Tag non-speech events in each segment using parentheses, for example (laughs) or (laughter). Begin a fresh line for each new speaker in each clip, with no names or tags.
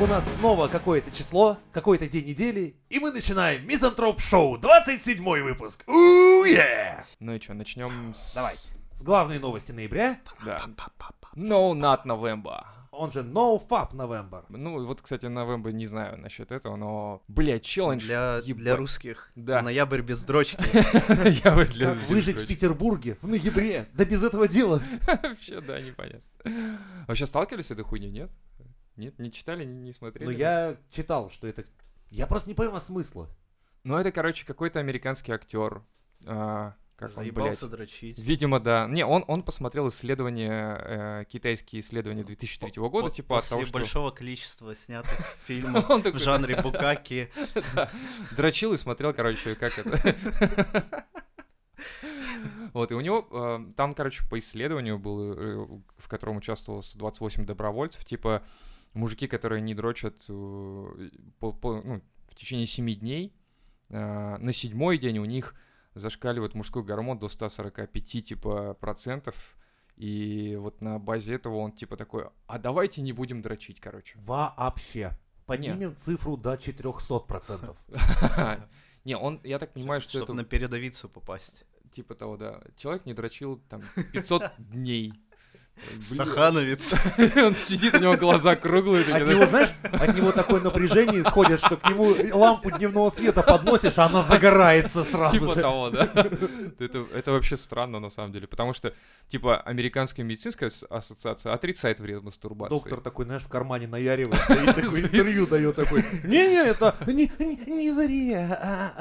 У нас снова какое-то число, какой-то день недели, и мы начинаем Мизантроп Шоу, 27 выпуск. Уе!
Ну и что, начнем с...
Давайте. С главной новости ноября,
Да. No, not November.
он же NoFap November.
Ну, вот, кстати, November не знаю насчет этого, но... Блядь, челлендж.
Для,
ебать.
для русских.
Да.
Ноябрь без дрочки.
(laughs) Я вот для
Как
людей,
выжить в
короче.
Петербурге в ноябре? Да без этого дела.
Вообще, да, непонятно. Вообще сталкивались с этой хуйней, нет? Нет, не читали, не не смотрели?
Но Ну, я читал, что это... Я просто не понимаю смысла.
Ну, это, короче, какой-то американский актер. а, Как он, блядь?
Заебался дрочить.
Видимо, да. Не, он, он посмотрел исследования, э, китайские исследования 2003 года,
По-
типа от
после
того, что...
большого количества снятых
(laughs)
фильмов
Он
в
такой,
жанре букаки.
Дрочил и смотрел, короче, как это. Вот, и у него э, там, короче, по исследованию был, э, в котором участвовало 128 добровольцев, типа мужики, которые не дрочат э, по- по- ну, в течение 7 дней, э, на седьмой день у них зашкаливает мужской гормон до 145, типа, процентов, и вот на базе этого он, типа, такой, а давайте не будем дрочить, короче.
Вообще. Поднимем цифру до 400%.
Не, он, я так понимаю, (laughs) что это...
Чтобы на передовицу попасть.
Типа того, да. Человек не дрочил там
(laughs)
500 дней. Блин, (laughs)
Стахановец.
Он сидит, у него глаза круглые.
От
такие,
него, знаешь, от него такое напряжение исходит, что к нему лампу дневного света подносишь, а она загорается сразу
Типа
же.
того,
(laughs)
да. Это, это вообще странно, на самом деле, потому что, типа, Американская медицинская ас- ассоциация отрицает вред мастурбации.
Доктор такой, знаешь, в кармане наяривает,
(laughs)
стоит такой, интервью дает такой. Не-не, это не, не- не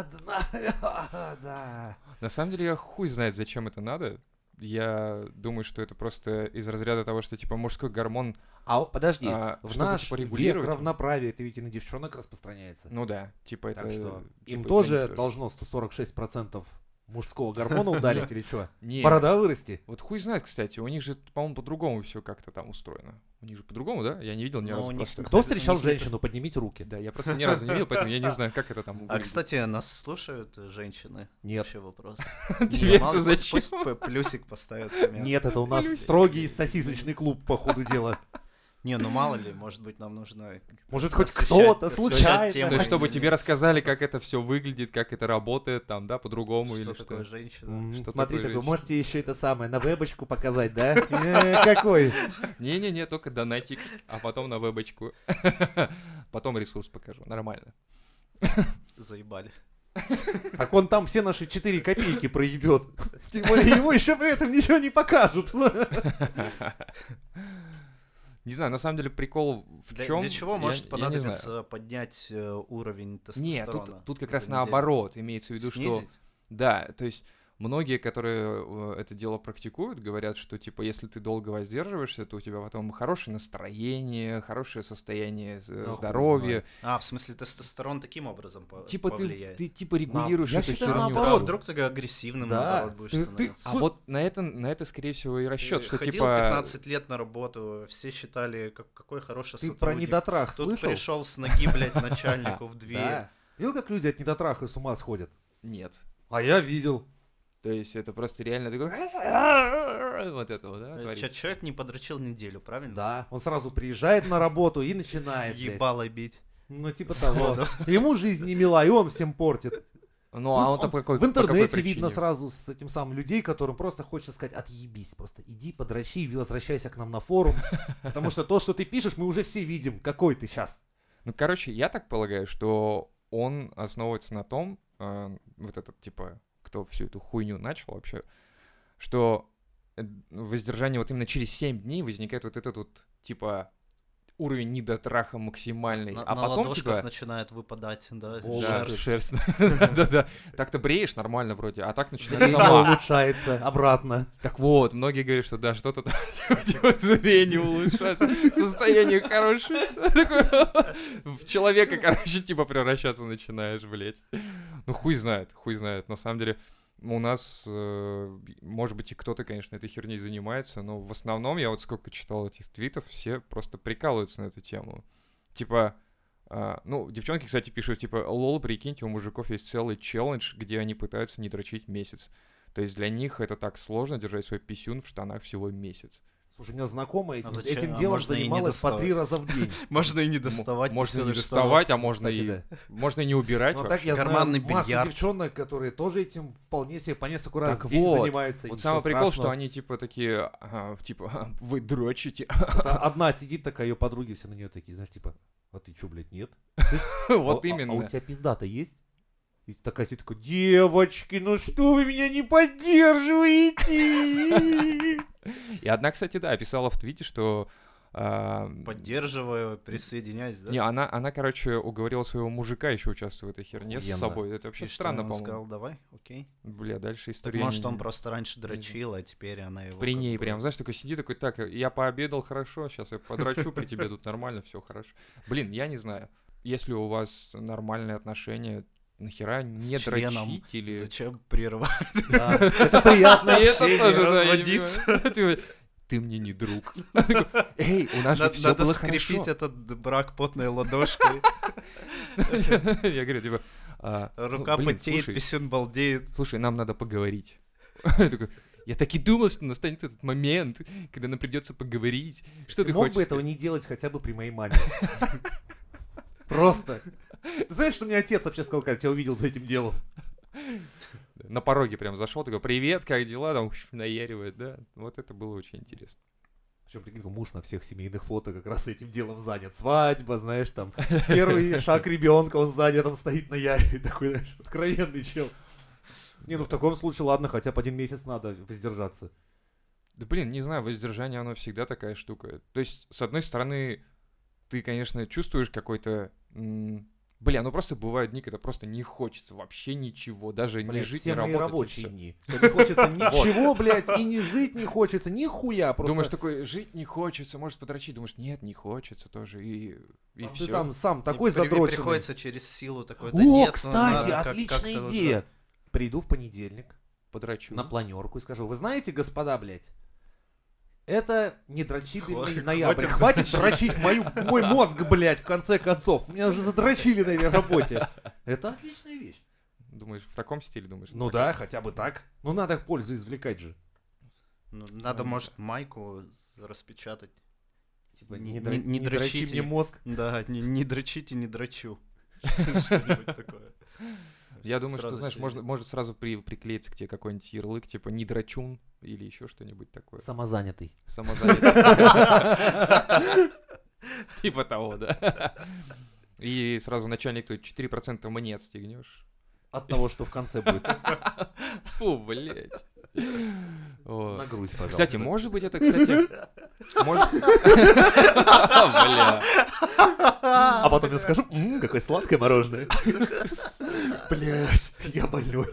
вредно. Да. (laughs)
На самом деле, я хуй знает, зачем это надо. Я думаю, что это просто из разряда того, что, типа, мужской гормон...
А вот подожди,
А,
в
чтобы,
наш
типа,
век
регулировать?
равноправия это ведь и на девчонок распространяется.
Ну да, типа это...
так что им
типа,
тоже
конечно,
должно 146% мужского
(laughs)
гормона ударить или что?
Не,
Борода вырасти.
Вот хуй знает, кстати, у них же, по-моему, по-другому все как-то там устроено. У них же по-другому, да? Я не видел ни
Ну, у
разу
них
просто.
Кто
Ну,
встречал
не- не
женщину? Поднимите руки.
(laughs) Да, я просто ни разу не видел, поэтому я не знаю, как это там
А,
выглядит.
кстати, нас слушают э, женщины?
Нет.
(laughs)
Вообще вопрос. ну
Тебе
Мало,
это
пусть-
зачем?
Пусть п- плюсик поставят. в коммент.
Нет, это у нас
Плюсик.
строгий сосисочный клуб, по ходу
(laughs)
дела.
Не, ну мало ли, может быть, нам нужно...
Может, хоть
освещать-
кто-то
освещать
случайно.
тему.
То есть, чтобы
Нет,
тебе рассказали, как это все выглядит, как это работает, там, да, по-другому или
Что такое
что.
женщина?
М,
Что
Смотри,
такое
такой,
женщина?
можете еще это самое, на вебочку показать, да? (laughs) Э, Какой?
Не-не-не, только донатик, а потом на вебочку. (laughs) Потом ресурс покажу, нормально.
Заебали.
Так он там все наши 4 копейки проебет. Тем более ему еще при этом ничего не покажут.
Не знаю, на самом деле прикол в
Для,
чем.
для чего может
понадобиться?
понадобиться поднять э, уровень
Нет,
тестостерона?
тут, тут как
за
раз
неделю?
наоборот, имеется в виду, что...
Снизить?
Да, то есть многие, которые э, это дело практикуют, говорят, что типа если ты долго воздерживаешься, то у тебя потом хорошее настроение, хорошее состояние э,
Да хуй
здоровья.
А, в смысле, тестостерон таким образом по-
Типа ты,
повлияет.
ты типа регулируешь
я
эту
считаю,
херню.
наоборот,
А
всю.
вдруг ты агрессивным
Да,
наоборот будешь
ты- ты-
становиться.
А
Су-
вот на это, на это, скорее всего, и расчет,
Э,
А что
Ходил
типа
15 лет на работу, все считали, как- какой хороший
Ты про
сотрудник.
недотрах
Тут
слышал?
пришел с ноги,
(laughs)
блядь, начальнику в дверь.
Да. Видел, как люди от недотраха с ума сходят?
нет.
А я видел.
То есть это просто реально такой (laughs) вот этого, да,
Э, чё-
творится.
Человек не подрочил неделю, правильно?
Да. Он сразу приезжает на работу и начинает. блядь.
Ебало бить.
Ну, типа
Сходу.
того. Ему жизнь не мила, и он всем портит.
Ну, а
Ну,
он там какой
В
по какой
интернете
причине?
видно сразу с этим самым людей, которым просто хочется сказать, отъебись, просто иди, подрочи и возвращайся к нам на
(laughs)
форум. Потому что то, что ты пишешь, мы уже все видим, какой ты сейчас.
Ну, короче, я так полагаю, что он основывается на том, э, вот этот, типа, кто всю эту хуйню начал вообще, что э, воздержание вот именно через 7 дней возникает вот этот вот, типа, уровень недотраха максимальный,
На,
а
на
потом,
ладошках
типа...
начинает выпадать, да,
Да,
волосы.
шерсть. (laughs) Да-да. Так-то бреешь нормально вроде, а так начинает
Зрение
сама.
улучшается обратно.
Так вот, многие говорят, что да, что-то там (laughs) типа, зрение улучшается, состояние хорошее. всё такое. В человека, короче, типа превращаться начинаешь, блядь. Ну хуй знает, хуй знает. На самом деле, у нас, э, может быть, и кто-то, конечно, этой херней занимается, но в основном, я вот сколько читал этих твитов, все просто прикалываются на эту тему. Типа, а, ну, девчонки, кстати, пишут, типа, лол, прикиньте, у мужиков есть целый челлендж, где они пытаются не дрочить месяц. То есть для них это так сложно держать свой писюн в штанах всего месяц.
Слушай, у меня знакомая этим,
зачем?
этим
А
делом
можно и не
занималась по три раза в
(laughs)
день.
(laughs) Можно и не
М-
доставать.
Можно и не
представляешь, что-
доставать, а можно
Кстати,
Ну и,
да.
можно и не убирать
Но
вообще.
так я
Карманный
знаю массу
бильярд.
девчонок, которые тоже этим вполне себе по несколько раз
Так
в день
вот.
занимаются. и
Вот
ничего
самый прикол, что
страшного.
они типа такие, а, типа, (laughs) вы дрочите.
Вот а- Одна сидит такая, ее подруги все на нее такие, знаешь, типа, а ты чё, блядь, нет? Слышь, а-
Вот
а- А у
именно.
тебя пизда-то есть? И такая сидит такая, девочки, ну что вы меня не
(laughs)
поддерживаете?
И одна, кстати, да, писала в твите, что... а,
Поддерживаю, присоединяюсь, да?
Не, а она, она, короче, уговорила своего мужика еще участвовать в этой херне
Охуенно.
с собой. Это вообще
И что
странно,
он
по-моему.
сказал, давай, окей.
Бля, дальше
Так
история.
может,
не-
он просто раньше
знаю.
дрочил, а теперь она его...
При
как
ней
бы-
прям, знаешь, такой сиди, такой, так, я пообедал хорошо, сейчас я подрачу при тебе, тут нормально, все хорошо. Блин, я не знаю, если у вас нормальные отношения, нахера не
членом.
дрочить или...
Зачем прерывать?
Да, Это приятно.
И это
общение,
тоже, да, я не
разводиться.
понимаю. (laughs) Ты- Ты мне не друг. (laughs) Такой, Эй, у нас же
Надо,
все
надо
было
скрепить
хорошо.
этот д- брак
(laughs)
потной ладошкой.
Я говорю, типа... а, ну,
Рука
блин,
потеет,
слушай,
писюн балдеет.
Слушай, нам надо поговорить. (laughs) Я такой, я так и думал, что настанет этот момент, когда нам придется поговорить. Что ты
Ты мог
хочешь?
бы этого не
сказать?
делать хотя бы при моей
(laughs)
маме? Просто. Ты знаешь, что мне отец вообще сказал, когда тебя увидел за этим делом?
На пороге прям зашел, такой, привет, как дела? Там наяривает, да. Вот это было очень интересно.
Причем, прикинь, муж на всех семейных фото как раз этим делом занят. Свадьба, знаешь,
(laughs)
там, первый шаг ребенка, он сзади там стоит на яре, (laughs) такой, знаешь, откровенный чел. Не, ну в таком случае, ладно, хотя бы один месяц надо воздержаться.
Да блин, не знаю, воздержание, оно всегда такая штука. То есть, с одной стороны, ты, конечно, чувствуешь какой-то... м, Бля, ну просто бывают дни, когда просто не хочется вообще ничего, даже не
Блядь,
жить, не
все мои
работать. и
рабочие
всё.
дни. Да Не
(laughs)
хочется ничего, блядь, и не жить не хочется, нихуя просто.
Думаешь, такой, жить не хочется, может подрочить, думаешь, нет, не хочется тоже, и, и
Там
все.
А ты там сам такой
И при-
задроченный.
Приходится через силу такой, да
О,
нет, ну
кстати,
надо как-
отличная
как-то вот
идея. Приду в понедельник
Подрочу.
на планерку и скажу, вы знаете, господа, блядь, это не дрочибельный
Хватит
ноябрь.
дрочить.
Хватит дрочить мою, мой мозг, блядь, в конце концов. Меня уже задрочили на этой работе. Это отличная вещь.
Думаешь, в таком стиле думаешь?
Ну
так?
да, хотя бы так. Ну надо пользу извлекать же.
Ну, Надо,
Ладно.
может, майку распечатать.
Типа, не,
Не- не-
дро-
не
не дрочи
дрочите.
мне мозг.
Да, не, не дрочите, не
(laughs)
дрочу. Что-нибудь такое.
Я думаю, что,
Сразу
знаешь,
себе.
можно, может сразу при, приклеиться к тебе какой-нибудь ярлык, типа «не драчун» или еще что-нибудь такое.
Самозанятый.
(laughs) Самозанятый. Типа того, да. И сразу начальник тут 4% мне отстегнешь.
От того, что в конце будет.
Фу, блядь. О.
На грудь, пожалуйста.
Кстати, может быть, это, кстати... (laughs) может- Бля.
А потом я скажу, «М, какое сладкое мороженое. (laughs) Блять, я больной.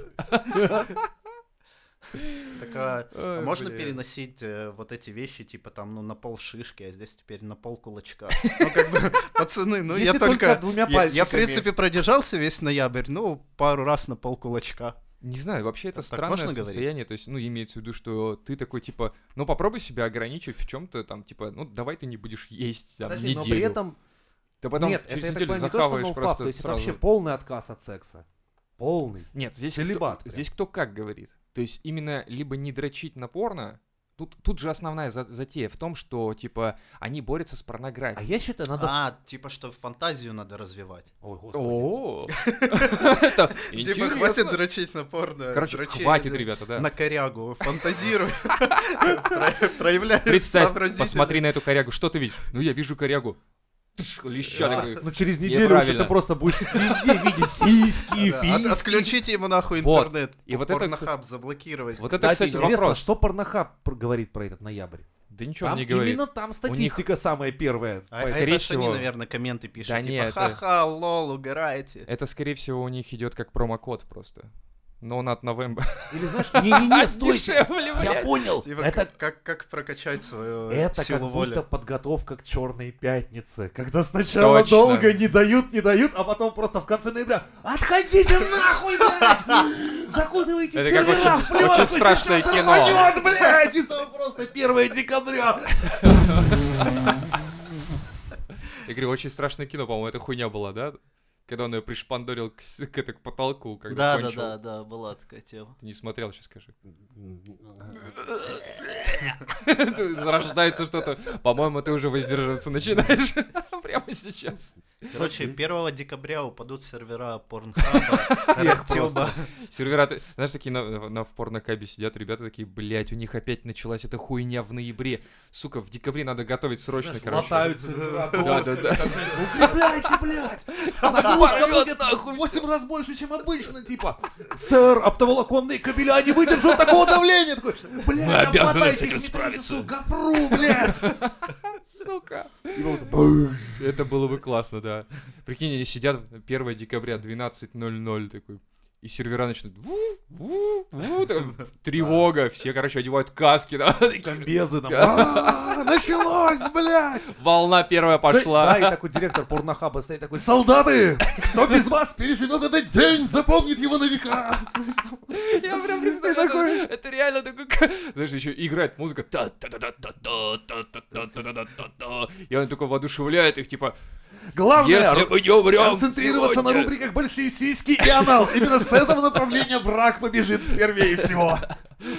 Так, а
Ой,
Можно
бля.
переносить э, вот эти вещи, типа там, ну, на пол шишки, а здесь теперь на пол
(laughs)
кулачка. Ну, как бы, пацаны, ну, я
Если только
только...
двумя
Я, я,
пальчиками.
в принципе, продержался весь ноябрь, ну, пару раз на пол кулачка.
Не знаю, вообще это
Так
странное
можно говорить?
состояние, то есть, ну, имеется в виду, что ты такой, типа, ну, попробуй себя ограничить в чем-то, там, типа, ну, давай ты не будешь есть, там,
Подожди, но
неделю.
при этом...
Ты потом
Нет, это,
через
я так
неделю
понимаю, не то, что
захаваешь
ноу-фап,
просто
то есть это
сразу.
вообще полный отказ от секса. Полный.
Нет, здесь
целибат
Кто,
прям.
здесь кто как говорит. То есть именно либо не дрочить на порно, тут, тут же основная за- затея в том, что, типа, они борются с
А
порнографией.
я считаю, надо...
А, типа, что фантазию надо развивать.
Ой, господи.
О,
(laughs)
(laughs) это
Типа, хватит
интересно.
дрочить на порно.
Короче,
дрочи
хватит,
на-
ребята, да.
На корягу, фантазируй. (laughs) Про- Проявляй
(laughs) Представь,
сообразительность.
посмотри на эту корягу, что ты видишь? Ну, я вижу корягу. Тш, Леща
Да.
такой.
Ну через неделю уже
Неправильно.
ты просто будешь везде видеть
(laughs)
сиськи,
Да, от-
письки.
Отключите ему нахуй
Вот.
интернет.
И вот это, кстати,
Порнохаб заблокировать.
вот это,
Кстати,
кстати,
интересно,
вопрос.
что Порнохаб пр- говорит про этот ноябрь?
Да ничего он
Там
не говорит.
именно там статистика самая
(laughs)
первая.
А
Поэтому-
скорее
это что они,
всего-
наверное, комменты пишут,
Да
типа,
нет, это-
ха-ха, лол, угорайте.
Это, скорее всего, у них идет как промокод просто. Но он от Новембра. (laughs)
Или знаешь, не-не-не, стойте.
Дешевле,
Я
блядь.
понял.
Типа,
Это
как, как, как прокачать свою
типа,
э,
Это
силу
как
воли.
будто подготовка к черной пятнице, когда сначала
Точно.
долго не дают, не дают, а потом просто в конце ноября отходите нахуй, блядь! Закутывайте
Это как
сервера
очень-
в пленку,
очень страшное
сейчас
кино.
рванет, блядь! И там просто 1 декабря.
Я говорю, очень страшное кино, по-моему, это хуйня была, да? Когда он ее пришпандорил к, с- к, этой- к потолку, когда
Да, да,
кончил.
да, да, была такая тема.
Ты не смотрел, сейчас скажи. (laughs) Ты- Зарождается что-то. По-моему, ты уже воздерживаться начинаешь (laughs) прямо сейчас.
Короче, 1 декабря упадут сервера (laughs) Порнхаба,
Всех
Ректюба.
Сервера, ты- знаешь, такие на, на, на- в порнокабе сидят ребята такие, блядь, у них опять началась эта хуйня в ноябре. Сука, в декабре надо готовить срочно, короче.
Латают сервера
Да, да, да.
(laughs) Укрепляйте, блядь!
(laughs)
Нагрузка будет 8 раз больше, чем обычно, типа. Сэр, оптоволоконные кабеля не выдержал такого давления. Такой, блядь,
Мы обязаны с
обмотайте
этим
их
справиться».
металлическую Гопру, блядь.
Сука.
И вот, «Бэм».
Это было бы классно, да. Прикинь, они сидят 1 декабря 12.00 такой. И сервера начнут ву, ву, ву, там, тревога, все, короче, одевают каски, да, (laughs) такие,
Комбезы там. «А, Началось, блядь.
волна первая
Да, и
пошла.
такой директор порнохаба стоит такой, солдаты, кто без вас переживет этот день, запомнит его на века.
(laughs) Я прям представляю, это, это реально такой, ка- знаешь, еще играет музыка, та-та-та-та-та, та-та-та-та-та-та-та. и он такой воодушевляет их, типа,
Главное,
если мы не умрем
Концентрироваться на
сегодня».
рубриках «Большие сиськи» и «Анал». Именно с этого направления враг побежит впервые всего.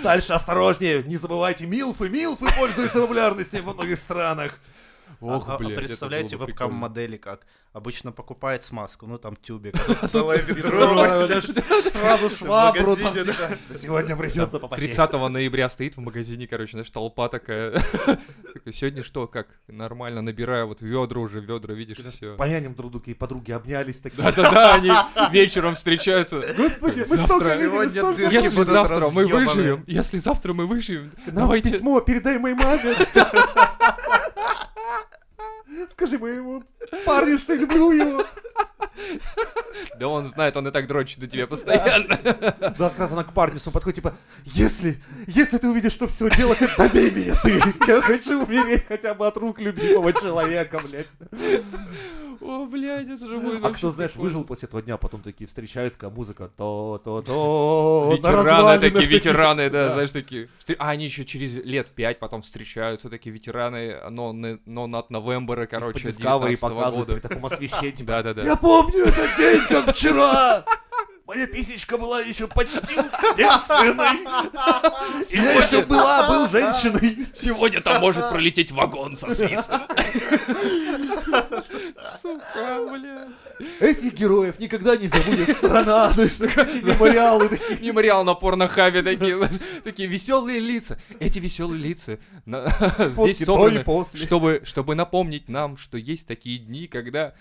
Дальше осторожнее, не забывайте, милфы, милфы пользуются популярностью во многих странах.
Ох,
А- а
блядь, это
представляете
было бы
вебкам
прикольно.
модели как? Обычно покупает смазку, ну там (laughs) тюбик, а тут целое ведро.
Сразу швабру там
магазине,
типа, Сегодня придется попотеть.
30 ноября стоит в магазине, короче, знаешь, толпа такая. (laughs) Такой, Сегодня что, как? Нормально, набираю вот ведра уже, ведра, видишь, все.
Помянем друг друга и подруги обнялись такие.
Да-да-да, они вечером
(laughs)
встречаются.
Господи, мы
Завтра.
столько видели,
Сегодня
столько...
дырки
Если
будут
завтра мы
разъёбаны.
выживем, если завтра мы выживем,
Нам
давайте...
письмо, передай моей маме. Скажи моему парню, что я люблю его.
Да он знает, он и так дрочит на тебя постоянно.
Да, как раз она к парню своему подходит, типа, если, если ты увидишь, что все дело, как добей меня ты. Я хочу умереть хотя бы от рук любимого человека, блядь.
О, блядь, это же будет
А
вообще
кто, знаешь,
прикольно.
выжил после этого дня, а потом такие встречаются, когда музыка то-то-то.
Ветераны такие, (laughs) ветераны, да, знаешь, такие. Встр- А они еще через лет пять потом встречаются, такие ветераны, но не- но над Новембера,
По
короче,
Discovery
19
показывают при
года.
таком освещении. типа,
Да-да-да.
Я помню этот день, как вчера. Моя писечка была еще почти девственной. И я еще была, был женщиной.
Сегодня там может пролететь вагон
(laughs)
со свистом. Сука, блядь.
Этих героев никогда не забудет страна. Ну и что, какие мемориалы такие.
Мемориал на порнохабе такие, знаешь, такие веселые лица. Эти веселые лица на- (laughs) здесь
Фотки до и
собраны,
после.
чтобы, чтобы напомнить нам, что есть такие дни, когда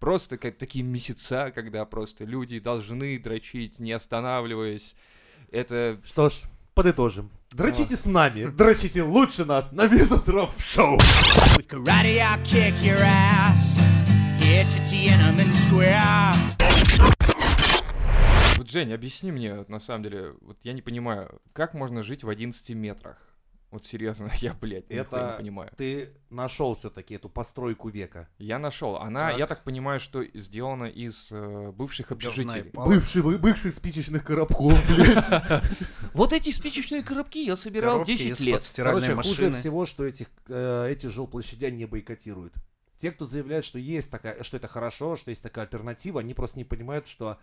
просто как такие месяца, когда просто люди должны дрочить, не останавливаясь. Это
Что ж, подытожим. Дрочите с нами, дрочите лучше нас на Мизотроп Шоу.
With karate, I'll kick your ass. Here to Tiananmen Square.
Вот, Жень, объясни мне, вот на самом деле, вот я не понимаю, как можно жить в 11 метрах? Вот серьезно, (laughs) я, блядь, нихуя не понимаю.
ты нашел все-таки эту постройку века.
Я нашел. Она,
Так.
я так понимаю, что сделана из э, бывших общежитий.
палки.
Бывший, вы- бывших спичечных коробков, блядь.
Вот эти спичечные коробки я собирал
Коробки
10
из-под
лет.
стиральной
хуже
машины.
всего, что этих, э, эти жилплощадя не бойкотируют. Те, кто заявляет, что есть такая, что это хорошо, что есть такая альтернатива, они просто не понимают, что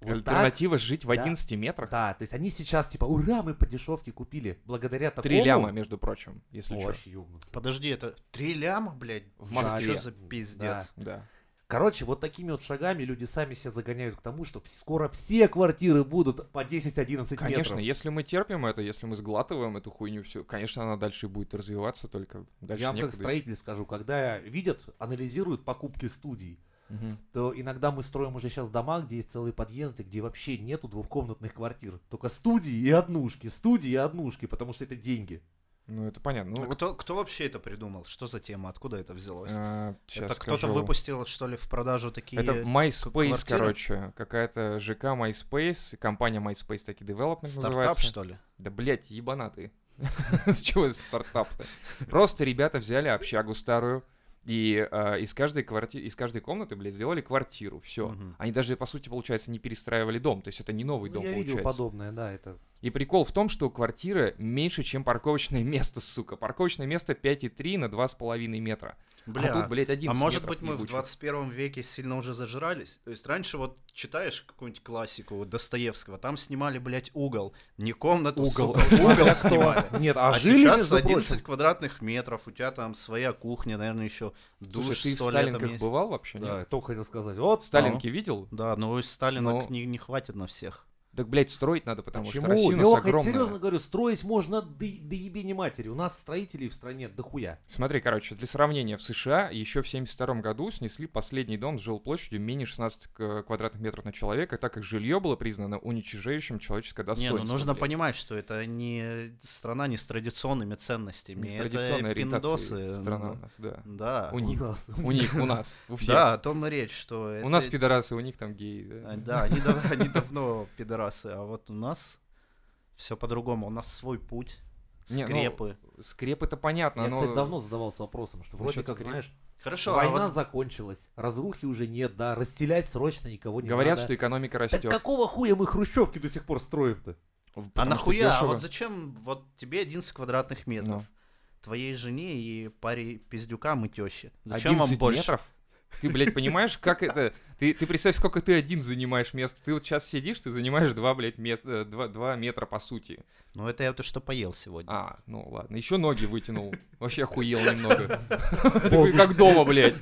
вот так-
Альтернатива жить в
да.
11 метрах.
да, то есть они сейчас типа, ура, мы по дешевке купили, благодаря такому.
Три ляма, между прочим, если что.
Вообще, ёбнуться.
Подожди, это три ляма, блядь?
В Москве.
Что за пиздец?
Да.
Короче, вот такими вот шагами люди сами себя загоняют к тому, что вс- скоро все квартиры будут по 10-11
Конечно,
метров.
если мы терпим это, если мы сглатываем эту хуйню, все, конечно, она дальше будет развиваться, только дальше
Я вам как
некуда.
строитель скажу, когда видят, анализируют покупки студий,
Мгм.
то иногда мы строим уже сейчас дома, где есть целые подъезды, где вообще нету двухкомнатных квартир. Только студии и однушки, студии и однушки, потому что это деньги.
Ну, это понятно. Ну,
А
вот,
кто, кто вообще это придумал? Что за тема? Откуда это взялось?
а, щас
это кто-то
скажу.
выпустил, что ли, в продажу такие...
Это MySpace,
квартиры?
короче. Какая-то ЖК MySpace, компания MySpace таки Development
Стартап,
называется.
что ли?
Да, блядь, ебанаты. (laughs) С чего это стартап-то? Просто ребята взяли общагу старую, и э, из, каждой кварти... из каждой комнаты, блядь, сделали квартиру. Все.
Мгм.
Они даже, по сути, получается, не перестраивали дом. То есть это не новый
Ну,
дом,
я видел
получается.
подобное, да, это...
И прикол в том, что квартира меньше, чем парковочное место, сука. Парковочное место 5,3 на 2,5 метра.
Бля,
а тут, блядь, 11
А может
метров
быть, мы в
ебучих.
21 веке сильно уже зажирались? То есть раньше вот читаешь какую-нибудь классику вот Достоевского, там снимали, блядь, угол. Не комнату,
Угол.
сука, угол снимали.
Нет, а,
А
жили,
сейчас
между
11
прочим.
квадратных метров, у тебя там своя кухня, наверное, еще душ
Слушай, ты в
с туалетом
Сталинках
есть.
бывал вообще?
Да,
нет?
я только хотел сказать. Вот
А.
Сталинки видел?
Да, но из Сталинок
Но-
не, не хватит на всех.
Так, блядь, строить надо, потому
Почему?
что Россия у нас
Лёха, я
огромная.
серьезно говорю, строить можно до, до ебени матери. У нас строителей в стране дохуя.
Смотри, короче, для сравнения, в США еще в 72 году снесли последний дом с жилплощадью менее 16 к- э, квадратных метров на человека, так как жилье было признано уничижающим человеческое
Не,
достоинство.
ну нужно
блядь.
понимать, что это не страна не с традиционными ценностями.
Не с
это
традиционной ориентацией
пиндосы.
страна у нас,
(laughs)
да.
Да.
У них,
нас.
у них, у нас, у всех.
Да, о том и речь, что
У
это-
нас пидорасы, у них там геи.
А,
да.
Да, они, дав- они давно пидорасы, а вот у нас все по-другому. У нас свой путь,
Не, ну,
скрепы.
Скреп это
(laughs)
понятно,
Я,
но...
кстати, давно задавался вопросом, что вроде
Насчет
как,
скреп-
знаешь,
Хорошо, а
война
вот
закончилась, разрухи уже нет, да, расселять срочно никого не
Говорят,
надо.
что экономика
Так
растет.
какого хуя мы хрущевки до сих пор строим-то?
В-
а
потому что Ну.
нахуя? А
дешево.
вот зачем вот тебе 11 квадратных метров? Твоей жене и паре пиздюкам и теще. Зачем вам
11
больше?
метров? Ты, блядь, понимаешь, как это... Ты, ты представь, сколько ты один занимаешь мест. Ты вот сейчас сидишь, ты занимаешь два, блядь, мет- э, два, два метра, по сути.
Ну это я то, что поел сегодня.
А, ну ладно. Еще ноги вытянул. Вообще охуел немного. (laughs) Такой,
Богу
Как дома, блядь.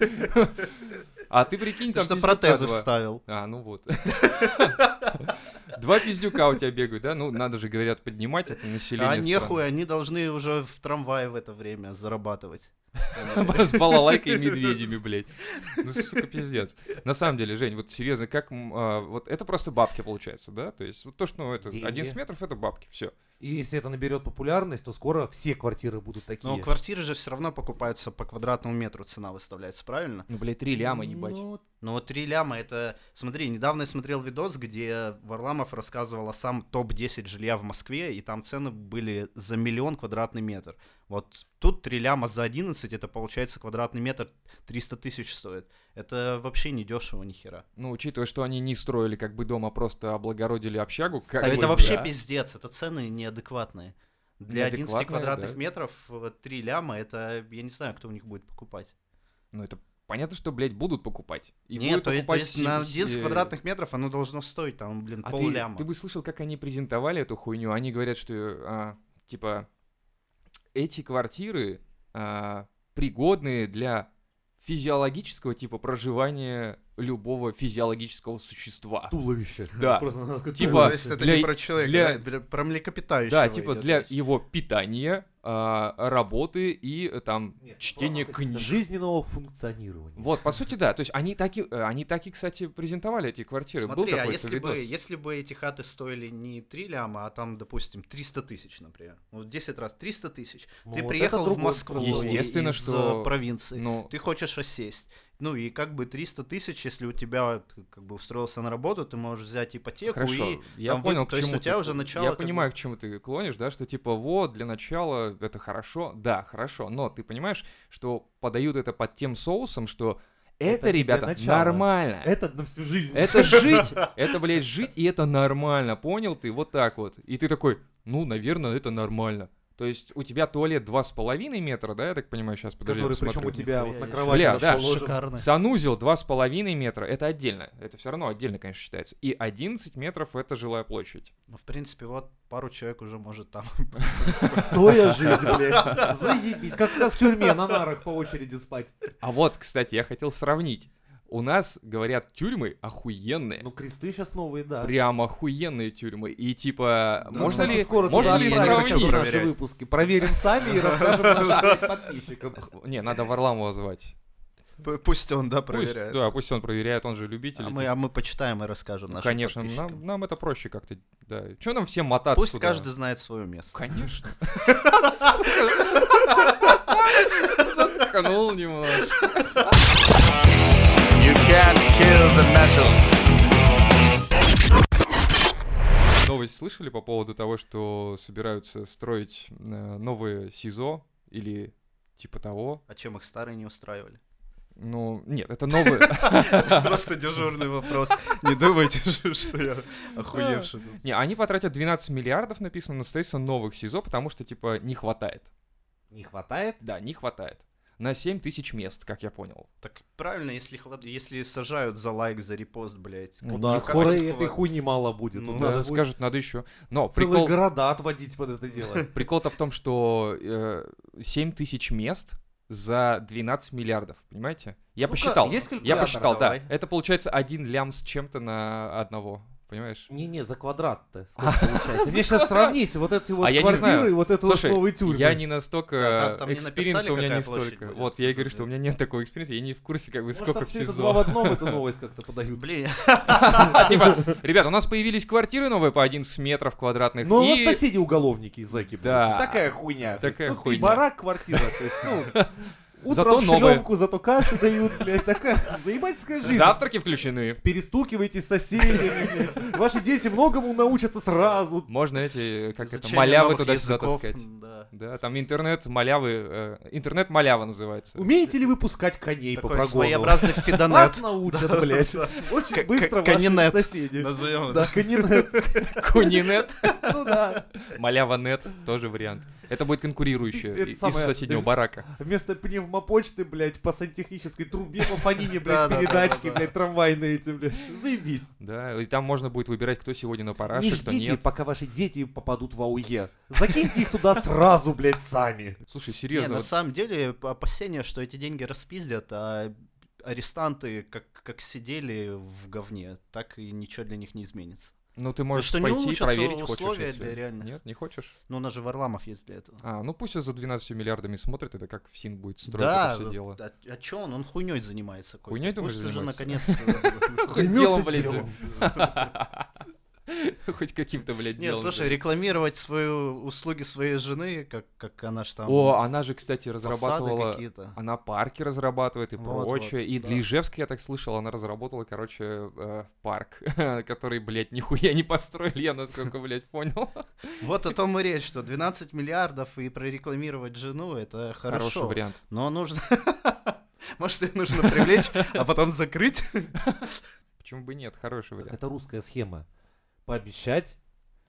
А ты прикинь,
Ты
там
что
пиздюка
протезы
два.
вставил.
А, ну вот. (laughs) Два пиздюка у тебя бегают, да? Ну, надо же, говорят, поднимать это население.
А
страны.
нехуй, они должны уже в трамвае в это время зарабатывать.
(laughs) С балалайкой и медведями, блядь. Ну, сука, пиздец. На самом деле, Жень, вот серьезно, как... м, а, Вот это просто бабки, получается, да? То есть вот то, что ну, это
Деньги.
11 метров, это бабки, все.
И если это наберет популярность, то скоро все квартиры будут такие.
Но
Ну,
квартиры же все равно покупаются по квадратному метру, цена выставляется, правильно?
Ну, блядь, три ляма, ебать.
Ну,
Ну вот три ляма это... Смотри, недавно я смотрел видос, где Варламов рассказывал о сам топ-10 жилья в Москве, и там цены были за миллион квадратный метр. Вот тут три ляма за 11, это получается квадратный метр 300 тысяч стоит. Это вообще не дешево ни хера.
Ну, учитывая, что они не строили как бы дом, а просто облагородили общагу, как
Да
бы,
это вообще
да.
пиздец, это цены неадекватные. Для 11
Неадекватные,
квадратных
да.
метров э, три ляма, это я не знаю, кто у них будет покупать.
Ну, это понятно, что, блядь, будут покупать. И
Нет,
будут
то, е- то
покупать э,
есть
си-
на
си-
11 квадратных метров оно должно стоить там, блин,
А
пол
ты,
ляма.
ты бы слышал, как они презентовали эту хуйню? Они говорят, что а, типа эти квартиры а, пригодны для физиологического типа проживания любого физиологического существа.
туловище.
Да.
(laughs) Просто надо сказать,
Типа,
Ну,
туловище.
То
(laughs)
есть это
для-
не про человека,
для-
да, бля, про млекопитающего.
Да, типа
идет
для
речь.
его питания, а, работы и э, там
ну
Нет,
чтения
просто
книг.
Жизненного функционирования.
Вот, по сути, да. То есть они таки, э, они таки, кстати, презентовали эти квартиры. Был
Смотри, а
какой-то
если бы,
видос.
если бы эти хаты стоили не 3 ляма, а там, допустим, 300 тысяч, например. Вот 10 раз 300 тысяч.
Ну,
ты
вот это
приехал в
другой
Москву
вопрос.
Естественно,
из
что-
э, провинции.
Ну,
Ты хочешь осесть. Ну и как бы 300 тысяч, если у тебя ты как бы устроился на работу, ты можешь взять ипотеку
Хорошо,
и...
я
там вы-
понял, к
то есть
чему
у тебя
ты-
уже начало
Я
как бы-
понимаю, к чему ты клонишь, да, что типа вот для начала это хорошо, да, хорошо, но ты понимаешь, что подают это под тем соусом, что это,
Это не для
ребята,
начала.
нормально. Это...
Это на всю жизнь.
жить, это, блядь, жить, и это нормально, понял ты? Вот так вот. И ты такой, ну, наверное, это нормально. То есть у тебя туалет 2,5 метра, да, я так понимаю, сейчас, подожди, я
который причем у
посмотрю.
тебя вот
Нихуя
на
себе.
кровати
Бля, да,
расположен.
Шикарно.
Санузел 2,5 метра, это отдельно, это все равно отдельно, конечно, считается. И 11 метров это жилая площадь.
Ну, в принципе, вот пару человек уже может там (laughs)
(laughs)
Стоя жить, блядь. Заебись. Как, как в тюрьме на нарах по очереди спать.
А вот, кстати, я хотел сравнить. У нас, говорят, тюрьмы охуенные.
Ну, кресты сейчас новые, да.
Прям охуенные тюрьмы. И типа,
Да, ну
можно
кстати,
ли,
скоро
можно
туда
ли
отправим
отправить,
сравнить?
все наши
(laughs)
проверять.
выпуски? Проверим сами и расскажем нашим блядь, подписчикам.
Не, надо Варламова звать.
Пу- Пусть он, да,
Пусть,
проверяет.
да, пусть он проверяет, он же любитель.
А
этих-
мы, а мы почитаем и расскажем нашим
Конечно, нам,
подписчикам.
нам это проще как-то, да. Чё нам всем мотаться
Пусть
туда?
каждый знает свое место.
Конечно.
(laughs)
Заткнул немножко. Новость слышали по поводу того, что собираются строить э, новые СИЗО или типа того?
А чем их старые не устраивали? (laughs)
Ну, нет, это новые... (laughs)
Это просто дежурный вопрос. Не думайте, (laughs) что я охуевший. тут.
Не, они потратят 12 миллиардов, написано, на строительство новых СИЗО, потому что, типа, не хватает.
Не хватает?
Да, не хватает. На 7 тысяч мест, как я понял.
Так правильно, если хват- если сажают за лайк, за репост, блядь.
Ну
как-
да,
как
скоро
этих
и этой
хва-
хуйни мало будет.
Ну
Тут
да,
надо
Надо
будет
скажут, надо еще. Но
целые
прикол...
города отводить под это дело.
Прикол-то в том, что э, семь тысяч мест за 12 миллиардов, понимаете? Я
Ну-ка,
посчитал.
есть
Я
калькулятор?
посчитал,
Давай.
да. Это получается один лям с чем-то на одного, понимаешь?
Не-не, за
(laughs)
квадрат-то сколько получается? Мне сейчас сравнить вот эти вот
А я не
квартиры
знаю.
и вот эту вот
Слушай,
новую тюрьму.
Я не настолько
Да, там- там не
экспириенса
написали,
у меня не
какая площадь
столько.
будет?
Вот, я и говорю,
Да.
что у меня нет такого экспириенса, я не в курсе, как бы,
Может,
сколько
там
в
все это два в
СИЗО.
одном
(laughs)
эту новость как-то подают.
Блин,
Типа, ребят, у нас появились квартиры новые по 11 метров квадратных.
Ну, у вас
и-
соседи уголовники и зэки. блин.
Да.
Такая хуйня. То есть,
Такая
ну, ты
хуйня.
барак, квартира. То есть, ну,
(laughs) Зато
утром
новая.
шлемку, зато кашу дают, блядь, такая. (laughs) Заебательская жизнь.
Завтраки включены.
Перестукивайте с соседями, блядь. Ваши дети многому научатся сразу.
Можно эти, как это,
изучение
малявы
новых
туда-сюда
языков,
таскать.
да.
Да, там интернет малявы, э, интернет малява называется.
Умеете ли вы пускать коней по
Такой
прогону?
(laughs)
своеобразный
Нас
фидонет.
научат, блядь. Очень
К-
быстро
к-
ваши
конинет.
соседи.
Назовем.
Да, конинет. (laughs)
(laughs) Кунинет,
Ну да.
маляванет, тоже вариант. Это будет конкурирующее
Это
и- из
самое-
соседнего барака.
Вместо пневмопочты, блядь, по сантехнической трубе, по фанине, блядь,
Да-да-да-да-да.
передачки, блядь, трамвайные эти, блядь. Заебись.
Да, и там можно будет выбирать, кто сегодня на параше,
не
кто
ждите,
нет.
пока ваши дети попадут в АУЕ. Закиньте их туда сразу, блядь, сами.
Слушай,
Не,
серьезно,
на
вот
самом деле опасение, что эти деньги распиздят, а арестанты как, как сидели в говне, так и ничего для них не изменится.
ну ты можешь
что не
пойти и
улучшатся
проверить, хочешь,
условия
если...
для реальных.
Нет, не хочешь?
Ну, у нас же Варламов есть для этого.
А, ну пусть за 12 миллиардами смотрит, это как ФСИН будет строить
да,
это все дело.
а, а чё он? Он хуйней занимается. какой-то.
Хуйнёй, думаешь,
Пусть уже
занимается? (laughs)
наконец-то...
Займётся
Делом влезет.
делом.
(laughs) Хоть каким-то, блядь,
Не,
делом.
слушай, рекламировать свою услуги своей жены, как, как она ж там...
О,
а
она же, кстати,
фасады
разрабатывала...
какие-то.
Она парки разрабатывает и
Вот,
прочее.
вот,
и
да.
для Ижевска, я так слышал, она разработала, короче, э, парк, (laughs) который, блядь, нихуя не построили, я насколько, блядь, понял.
Вот о том и речь, что 12 миллиардов и прорекламировать жену, это
Хороший
хорошо.
вариант.
Но нужно... (laughs) Может, ее нужно привлечь, а потом закрыть? (laughs)
Почему бы нет? Хороший
Так
вариант.
Это русская схема. Пообещать,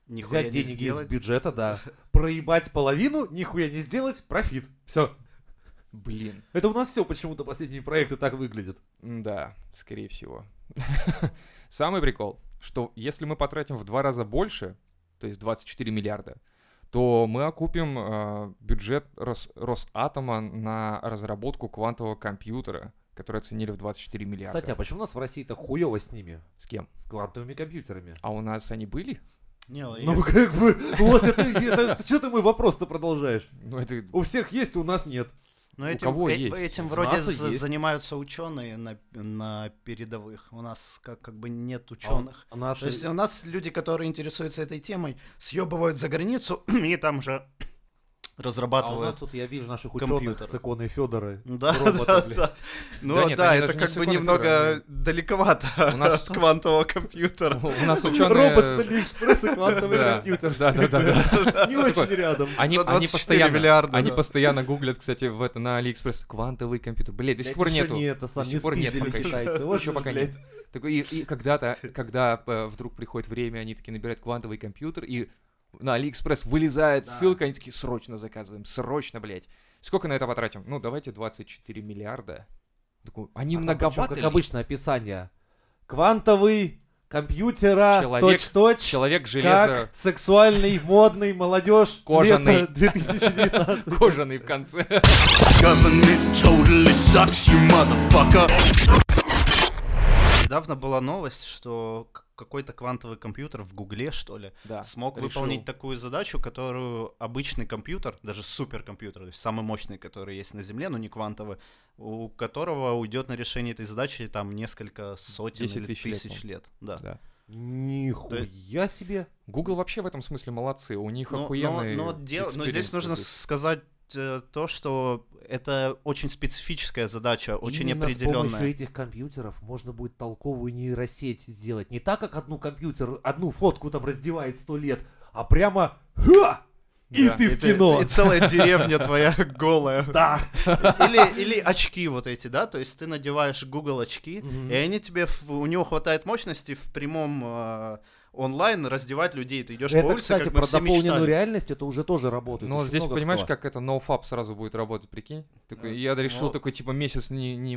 Нихуя не
взять деньги из
сделать.
бюджета, да. Проебать половину, нихуя не сделать, профит. Все.
Блин.
Это у нас все почему-то последние проекты так выглядят.
Да, скорее всего. (laughs) Самый прикол, что если мы потратим в два раза больше, то есть 24 миллиарда, то мы окупим э, бюджет Рос- Росатома на разработку квантового компьютера, который оценили в 24 миллиарда.
Кстати, а почему у нас в России так хуево с ними?
С кем?
С квантовыми компьютерами.
А у нас они были?
Не,
Ну, как бы, вот это, что ты мой вопрос-то продолжаешь?
Ну, это...
У всех есть, у нас нет.
Ну,
У
этим,
кого
э-
есть?
этим
У
вроде
нас и
за-
есть.
занимаются ученые на, на передовых. У нас как, как бы нет
А он-
ученых.
Наши...
То есть у нас люди, которые интересуются этой темой, съебывают за границу (clears throat) и там же
А у нас
разрабатывают.
тут я вижу наших ученых
компьютер.
с иконой Федора.
Да,
робота,
да,
блядь.
да. Ну
Да
да,
нет, они даже
это
не
как
с
бы
иконой
немного
Федора,
далековато
У нас-
от квантового компьютера.
У
Робот
нас
с
ученые... э,
Алиэкспресс и квантовый
Да,
компьютер.
да, да, да, А
Не очень рядом.
Они,
За
они
24
постоянно,
миллиарда,
они
да.
постоянно гуглят, кстати, в это на Алиэкспресс квантовый компьютер. Блядь, до сих пор
Блядь, ещё
нету.
Не, это сам
До
не
сих пор нет
спиздили
пока ещё.
китайцы. Вот
Ещё
же,
пока
блядь.
Такой, и, и
(laughs)
когда-то, когда э, вдруг приходит время, они такие набирают квантовый компьютер, и на Алиэкспресс вылезает
Да.
ссылка, они такие, срочно заказываем, срочно, блядь. Сколько на это потратим? Ну, давайте 24 миллиарда. Такой, они
А там причём,
многовато
Как
ли?
обычно описание. Квантовый компьютера
Человек-
точь-точь.
Человек железо (laughs)
(laughs)
Как сексуальный, модный, молодежь.
Кожаный.
Лето
(laughs)
2019.
кожаный в
(laughs)
конце.
Government totally sucks, you motherfucker.
недавно была новость, что к- какой-то квантовый компьютер в Гугле, что ли,
Да.
смог
решил.
выполнить такую задачу, которую обычный компьютер, даже суперкомпьютер, то есть самый мощный, который есть на Земле, но не квантовый, у которого уйдет на решение этой задачи там несколько сотен
10
или
тысяч лет,
тысяч, лет. Да.
Да.
Нихуя себе.
Google вообще в этом смысле молодцы, у них
Но, но-
охуенный
но дел- но здесь
экспириенс
нужно
продукт.
сказать э, то, что это очень специфическая задача, очень
Именно
определенная.
с помощью этих компьютеров можно будет толковую нейросеть сделать. Не так, как одну компьютер, одну фотку там раздевает сто лет, а прямо «Ха!» и
(laughs)
Да.
ты
И
в
ты-
кино.
И целая
(laughs)
деревня твоя голая.
Да.
Или, или очки вот эти, да? То есть ты надеваешь Google очки, и они тебе, в- у него хватает мощности в прямом э, онлайн раздевать людей. Ты идешь по
Это,
улице,
кстати,
как мы
про
все
дополненную
мечтали.
реальность это уже тоже работает.
Но
Очень
здесь
много
понимаешь,
кто.
как это ноуфап сразу будет работать, прикинь? Такой, я решил
ну.
такой, типа, месяц не... не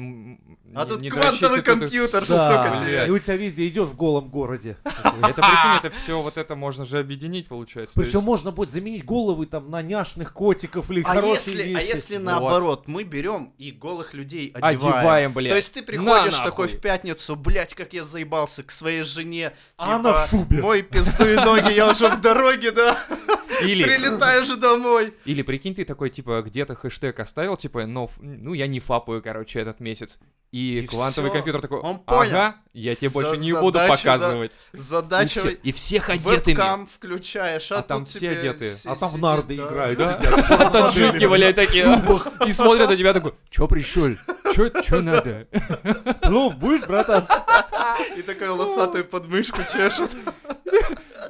А
не-
тут
не
квантовый
дрочить, а тут-
компьютер,
Сука,
Да, А.
блядь.
и у тебя везде идешь в голом городе. (laughs)
Это, прикинь, это все вот это можно же объединить, получается. то
Причем
есть-
можно будет заменить головы там на няшных котиков или
А
хорошие
если, а
вещи.
если
Вот.
наоборот, мы берем и голых людей одеваем.
Одеваем, блядь.
То есть ты
На,
приходишь
нахуй.
такой в пятницу, блядь, как я заебался к своей жене. типа,
А она в шубе.
Мой пиздуй ноги, я уже в дороге, да?
(laughs) (laughs) Или,
Прилетаешь домой.
или прикинь, ты такой, типа, где-то хэштег оставил, типа, но, ф- ну, я не фапаю, короче, этот месяц. И,
И
квантовый
всё.
компьютер такой,
Он понял.
ага, я тебе
За-
больше не
задачу,
буду
да.
показывать. И,
Задача...
все- и всех одетыми.
Вебкам включаешь,
А
а,
там
тут
все
тебе
одетые.
А там в
сидит,
нарды
да.
играют.
Да. (laughs)
сидят.
А таджики, блядь, такие. И смотрят на тебя такой, чё пришел? Чё, чё надо?
Ну, будешь, братан?
И такой лосатую подмышку
(laughs)
чешет.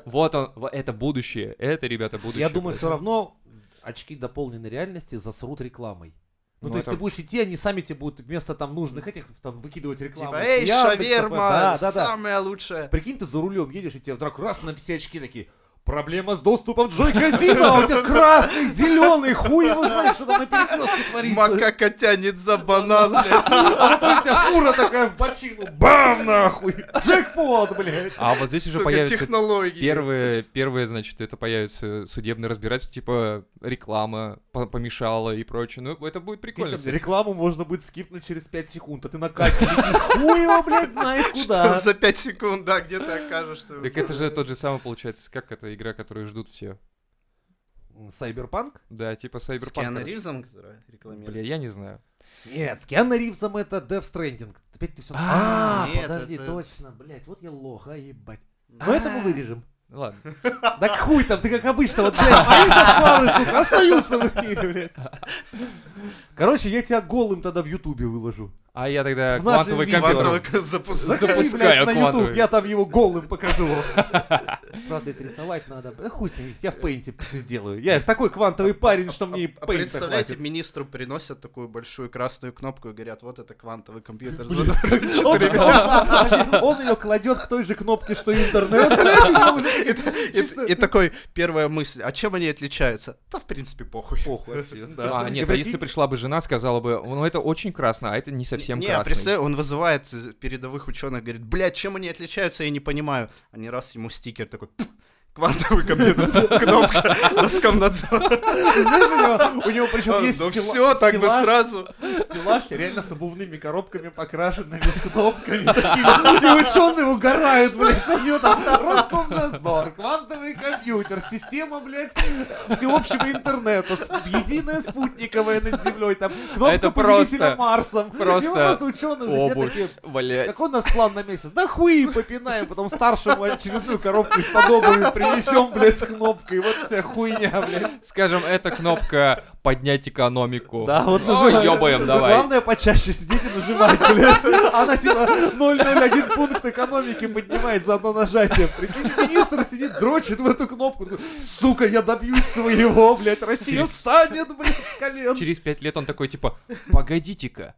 Вот он, во- это будущее. Это, ребята, будущее.
Я думаю, все
просто.
равно очки дополненной реальности засрут рекламой. Ну,
Ну,
то есть
это-
ты будешь идти, они сами тебе будут вместо там нужных этих там выкидывать рекламу.
Типа, эй,
Яндекса,
шаверма,
Да, да, да.
самая лучшая.
Прикинь, ты за рулем едешь, и тебе вдруг раз на все очки такие. Проблема с доступом Джой Казино, а у тебя красный, зеленый, хуй его знает, что там на перекрестке творится.
Макака тянет за банан, блядь.
А потом у тебя фура такая в бочину, бам, нахуй, джекпот, блядь.
А вот здесь уже
Сука,
появится
технологии.
Первые, первые, значит, это появится судебное разбирательство, типа реклама по- помешала и прочее. Ну, это будет прикольно.
Прикинь, там
кстати.
Рекламу можно будет скипнуть через 5 секунд, а ты на кассе летишь, хуй его, блядь, знаешь
Что
куда.
за 5 секунд, да, где ты окажешься.
Так это же тот же самый получается, как эта игра, которую ждут все.
Сайберпанк?
Да, типа
С
Cyberpunk.
Киану
короче.
Ривзом, который рекламирует.
Бля, я не знаю.
Нет, с Киану Ривзом это Death Stranding. Опять ты все... А,
А,
нет,
подожди,
это-
точно, блядь, вот я лох, а ебать. Но это мы вырежем.
Ну Ладно.
Да хуй там, ты как обычно, вот, блядь, мои зашквары, сука, остаются в эфире, блядь. Короче, я тебя голым тогда в Ютубе выложу.
А я тогда
В нашем
квантовый
видео.
компьютер.
Поток запускай.
Заходи, блядь,
Запускаю
на Ютуб,
квантовый.
я там его голым покажу. Правда, это рисовать надо. Да хуй с ним, я в пейнте все сделаю. Я такой квантовый парень, что мне и
А
пейнта
представляете,
хватит.
министру приносят такую большую красную кнопку и говорят, вот это квантовый компьютер. за
Он
24
ее кладет к той же кнопке, что и интернет. Блядь, у него уже
И и такой, первая мысль, а чем они отличаются? Да, в принципе, похуй.
Похуй вообще, да.
А,
И
нет, а
прикинь,
если пришла бы жена, сказала бы, ну это очень красно, а это не совсем
не,
красно.
представь, он вызывает э, передовых ученых, говорит, блядь, чем они отличаются, я не понимаю. А не раз ему стикер такой, «Пф, квантовый компьютер, кнопка, Роскомнадзор.
Знаешь, у него- у него причем есть
Ну
стела-
все, так бы
стеллаж-
сразу.
Стеллаж реально с обувными коробками покрашенными, с кнопками такими. И ученые угорают, блядь, у него там Роскомнадзор, квантовый компьютер, система, блядь, всеобщего интернета, с- единая спутниковая над землей, там кнопка
Это
повелителя
просто-
Марсом. И
просто
просто ученые уже все
Обувь,
такие...
блядь.
Какой у нас план на месяц? Да хуи попинаем, потом старшему очередную коробку из-под обуви принесем, блядь, с кнопкой. Вот вся хуйня, блядь.
Скажем, это кнопка поднять экономику.
Да, вот
Ой,
нажимай.
ёбаем,
Ну,
давай.
Главное почаще сидеть и нажимать, блядь. Она типа 001 пункт экономики поднимает за одно нажатие. Прикинь, министр сидит, дрочит в эту кнопку. Такой, Сука, я добьюсь своего, блядь. Россия встанет, блядь, с колен.
Через пять лет он такой, типа, погодите-ка,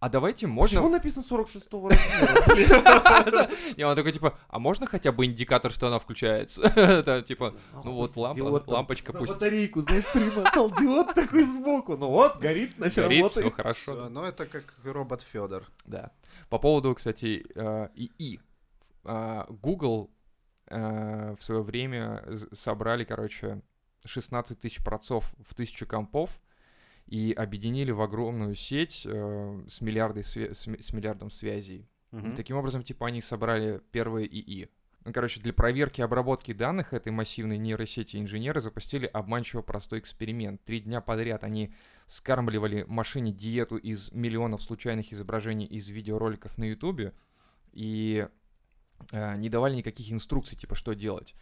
а давайте можно...
Почему написано 46-го размера? блядь?
И он такой, типа, а можно хотя бы индикатор, что она включается? (laughs) Это, типа, ну вот лампа-
Диод там
лампочка
на
пусть
батарейку, знаешь, (laughs) примотал диод такой сбоку. Ну вот, горит, значит,
горит, все
работает.
хорошо.
Всё, Ну это как робот Федор.
Да. По поводу, кстати, э, ИИ. Э, Google э, в свое время з- собрали, короче, 16 тысяч процов в тысячу компов и объединили в огромную сеть э, с, миллиардой свя- с ми- с миллиардом связей.
Мгм.
И таким образом, типа, они собрали первое ИИ. Ну, короче, для проверки и обработки данных этой массивной нейросети инженеры запустили обманчиво простой эксперимент. Три дня подряд они скармливали машине диету из миллионов случайных изображений из видеороликов на Ютубе и э, не давали никаких инструкций, типа, что делать.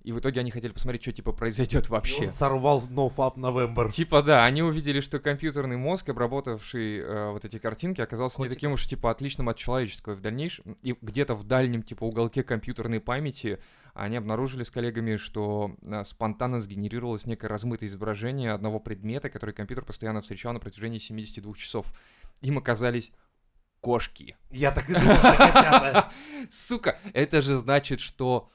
И в итоге они хотели посмотреть, что, типа, произойдет вообще.
Он сорвал NoFap November.
Типа, да, они увидели, что компьютерный мозг, обработавший э, вот эти картинки, оказался не
Котик.
таким уж, типа, отличным от человеческого. В дальнейшем, и где-то в дальнем, типа, уголке компьютерной памяти они обнаружили с коллегами, что э, спонтанно сгенерировалось некое размытое изображение одного предмета, который компьютер постоянно встречал на протяжении 72 часов. Им оказались кошки.
Я так и
(laughs)
думал, что котята.
Сука, это же значит, что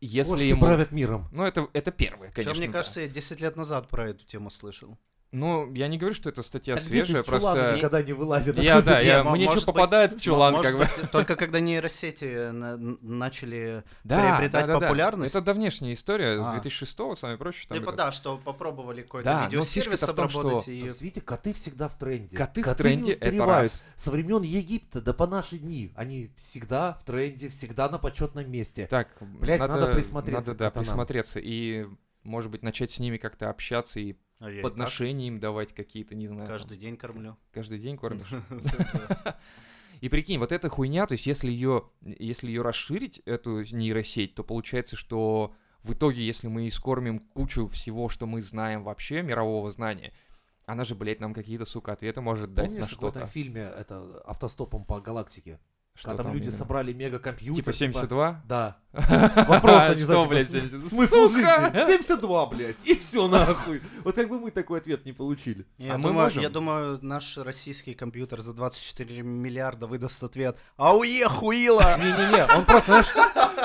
если
Кошки
ему...
правят миром.
Ну, это, это первое,
Причём,
конечно.
мне
да.
кажется, я 10 лет назад про эту тему слышал.
Ну, я не говорю, что это статья
Так где ну, ты
свежая,
из чулана
просто...
никогда не вылазит.
Я,
откуда
да,
ты?
я,
мо-
мне что
может быть-
попадает в чулан,
Может
как бы.
быть, Только когда нейросети э, на- н- начали
Да,
приобретать
да, да, да.
популярность.
Это давнешняя история, с
А.
2006-го, самое прочее. там
Типа
это-
да, что попробовали какой-то
Да, но
видеосервис
фишка-то в том, что-
обработать
То
и...
есть, видите, коты всегда в тренде.
Коты в
не
тренде, это
устаревают.
раз.
Со времен Египта да по наши дни. Они всегда в тренде, всегда на почетном месте.
Так,
Блядь, надо присмотреться
Надо,
к
да,
пацанам.
присмотреться. И, может быть, начать с ними как-то общаться и
А я и
подношения им давать какие-то, не знаю.
так
там,
Каждый
(laughs)
день кормлю.
каждый день кормишь. (laughs) И прикинь, вот эта хуйня, то есть если ее, если ее расширить, эту нейросеть, то получается, что в итоге, если мы искормим кучу всего, что мы знаем вообще, мирового знания, она же, блядь, нам какие-то, сука, ответы может дать
Помнишь,
на
как в этом
что-то.
фильме это автостопом по галактике?
Что
Когда там люди
именно?
собрали мега-компьютер.
Типа 72?
Да. Вопрос они
Что,
знаете,
блядь,
типа,
72?
Смысл
Сука!
жизни? 72, блядь. И все нахуй. Вот как бы мы такой ответ не получили.
Я,
А мы
думаю,
можем?
я думаю, наш российский компьютер за 24 миллиарда выдаст ответ. А
(laughs)
Ауе, хуила!
Не-не-не, он просто, знаешь,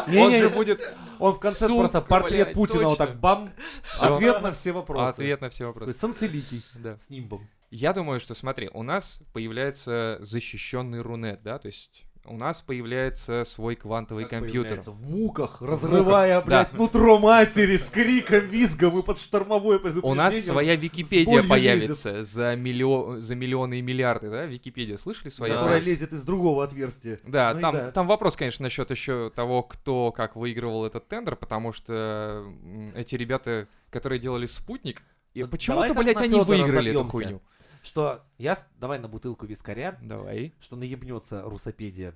Он же
не-не,
будет
он в конце
Сука,
просто портрет
блядь,
Путина вот
точно.
так бам,
Всё.
ответ на все вопросы.
ответ на все
То
вопросы.
есть Санцеликий
Да.
с нимбом.
Я думаю, что смотри, у нас появляется защищенный рунет, да, то есть у нас появляется свой квантовый
Как
компьютер.
появляется? В муках, разрывая, блядь, нутро матери с криком, визгом и под штормовое
У нас
предупреждение.
своя Википедия
болью
появится за, миллион, за миллионы и миллиарды, да? Википедия, слышали свои?
которая лезет из другого отверстия.
Да,
Ну и
там,
да.
там вопрос, конечно, насчет еще того, кто как выигрывал этот тендер, потому что м, эти ребята, которые делали спутник, и
Вот
почему-то,
давай как
блядь,
на
они
Фёдора
выиграли эту
разобьёмся.
хуйню.
Что, я с- давай на бутылку вискаря,
Давай.
что наебнется русопедия.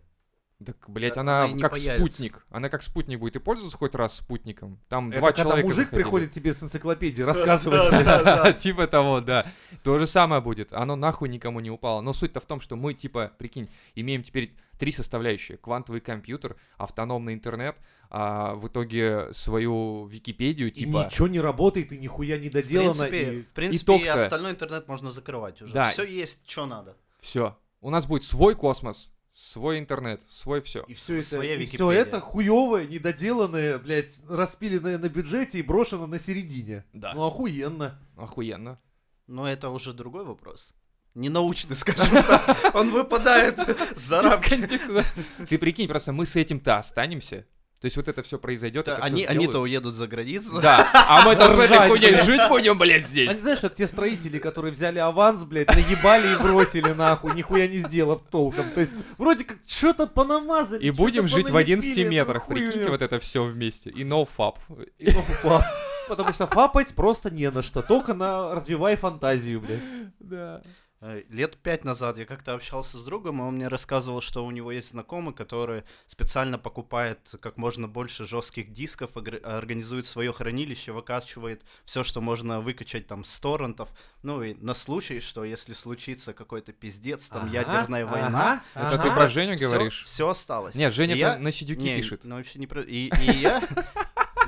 Так, блядь,
Да,
она,
она и не
как
появится.
спутник. Она как спутник будет и пользоваться хоть раз спутником. Там
Это
два
когда
человека.
мужик
заходили. (laughs)
приходит тебе с энциклопедией, рассказывает. блядь.
Типа того, да. То же самое будет. Оно нахуй никому не упало. Но суть-то в том, что мы, типа, прикинь, имеем теперь три составляющие. Квантовый компьютер, автономный интернет, а в итоге свою Википедию,
И
типа...
ничего не работает, и нихуя не
В
доделано.
принципе,
и-
в принципе, и
итог-то-
остальной интернет можно закрывать уже.
Да.
Все есть, что надо.
Все. У нас будет свой космос, свой интернет, свой все.
И все это,
своя
и
Википедия.
все это хуевое, недоделанное, блядь, распиленное на бюджете и брошено на середине.
Да.
Ну охуенно.
Охуенно.
Но это уже другой вопрос. Ненаучный, (laughs) скажем так. Он выпадает за
Из
рамки.
контекста, да. Ты прикинь, просто мы с этим-то останемся. То есть вот это все произойдет, это всё
Они-
сделают.
Они-то уедут за границу.
Да, а мы-то с этой
Ржать,
хуйней
блядь.
жить будем, блядь,
А не
здесь.
знаешь, как те строители, которые взяли аванс, блядь, наебали и бросили нахуй, нихуя не сделав толком. То есть, вроде как, что-то понамазали.
И
чё-то
будем жить в 11
поналепили,
метрах,
ну хуй
прикиньте,
её.
вот это все вместе. И ноуфап.
И ну, фа- Потому что фапать просто не на что, только на развивай фантазию, блядь.
Да.
Э, Лет пять назад я как-то общался с другом, и он мне рассказывал, что у него есть знакомый, который специально покупает как можно больше жестких дисков, огр- организует свое хранилище, выкачивает все, что можно выкачать там с торрентов. Ну и на случай, что если случится какой-то пиздец, там
Ага,
ядерная война,
ага,
Это ты
ага.
про Женю говоришь?
Все осталось.
Нет, Женя
И
про- на сидюки
не,
пишет.
Ну вообще не про... И, и я...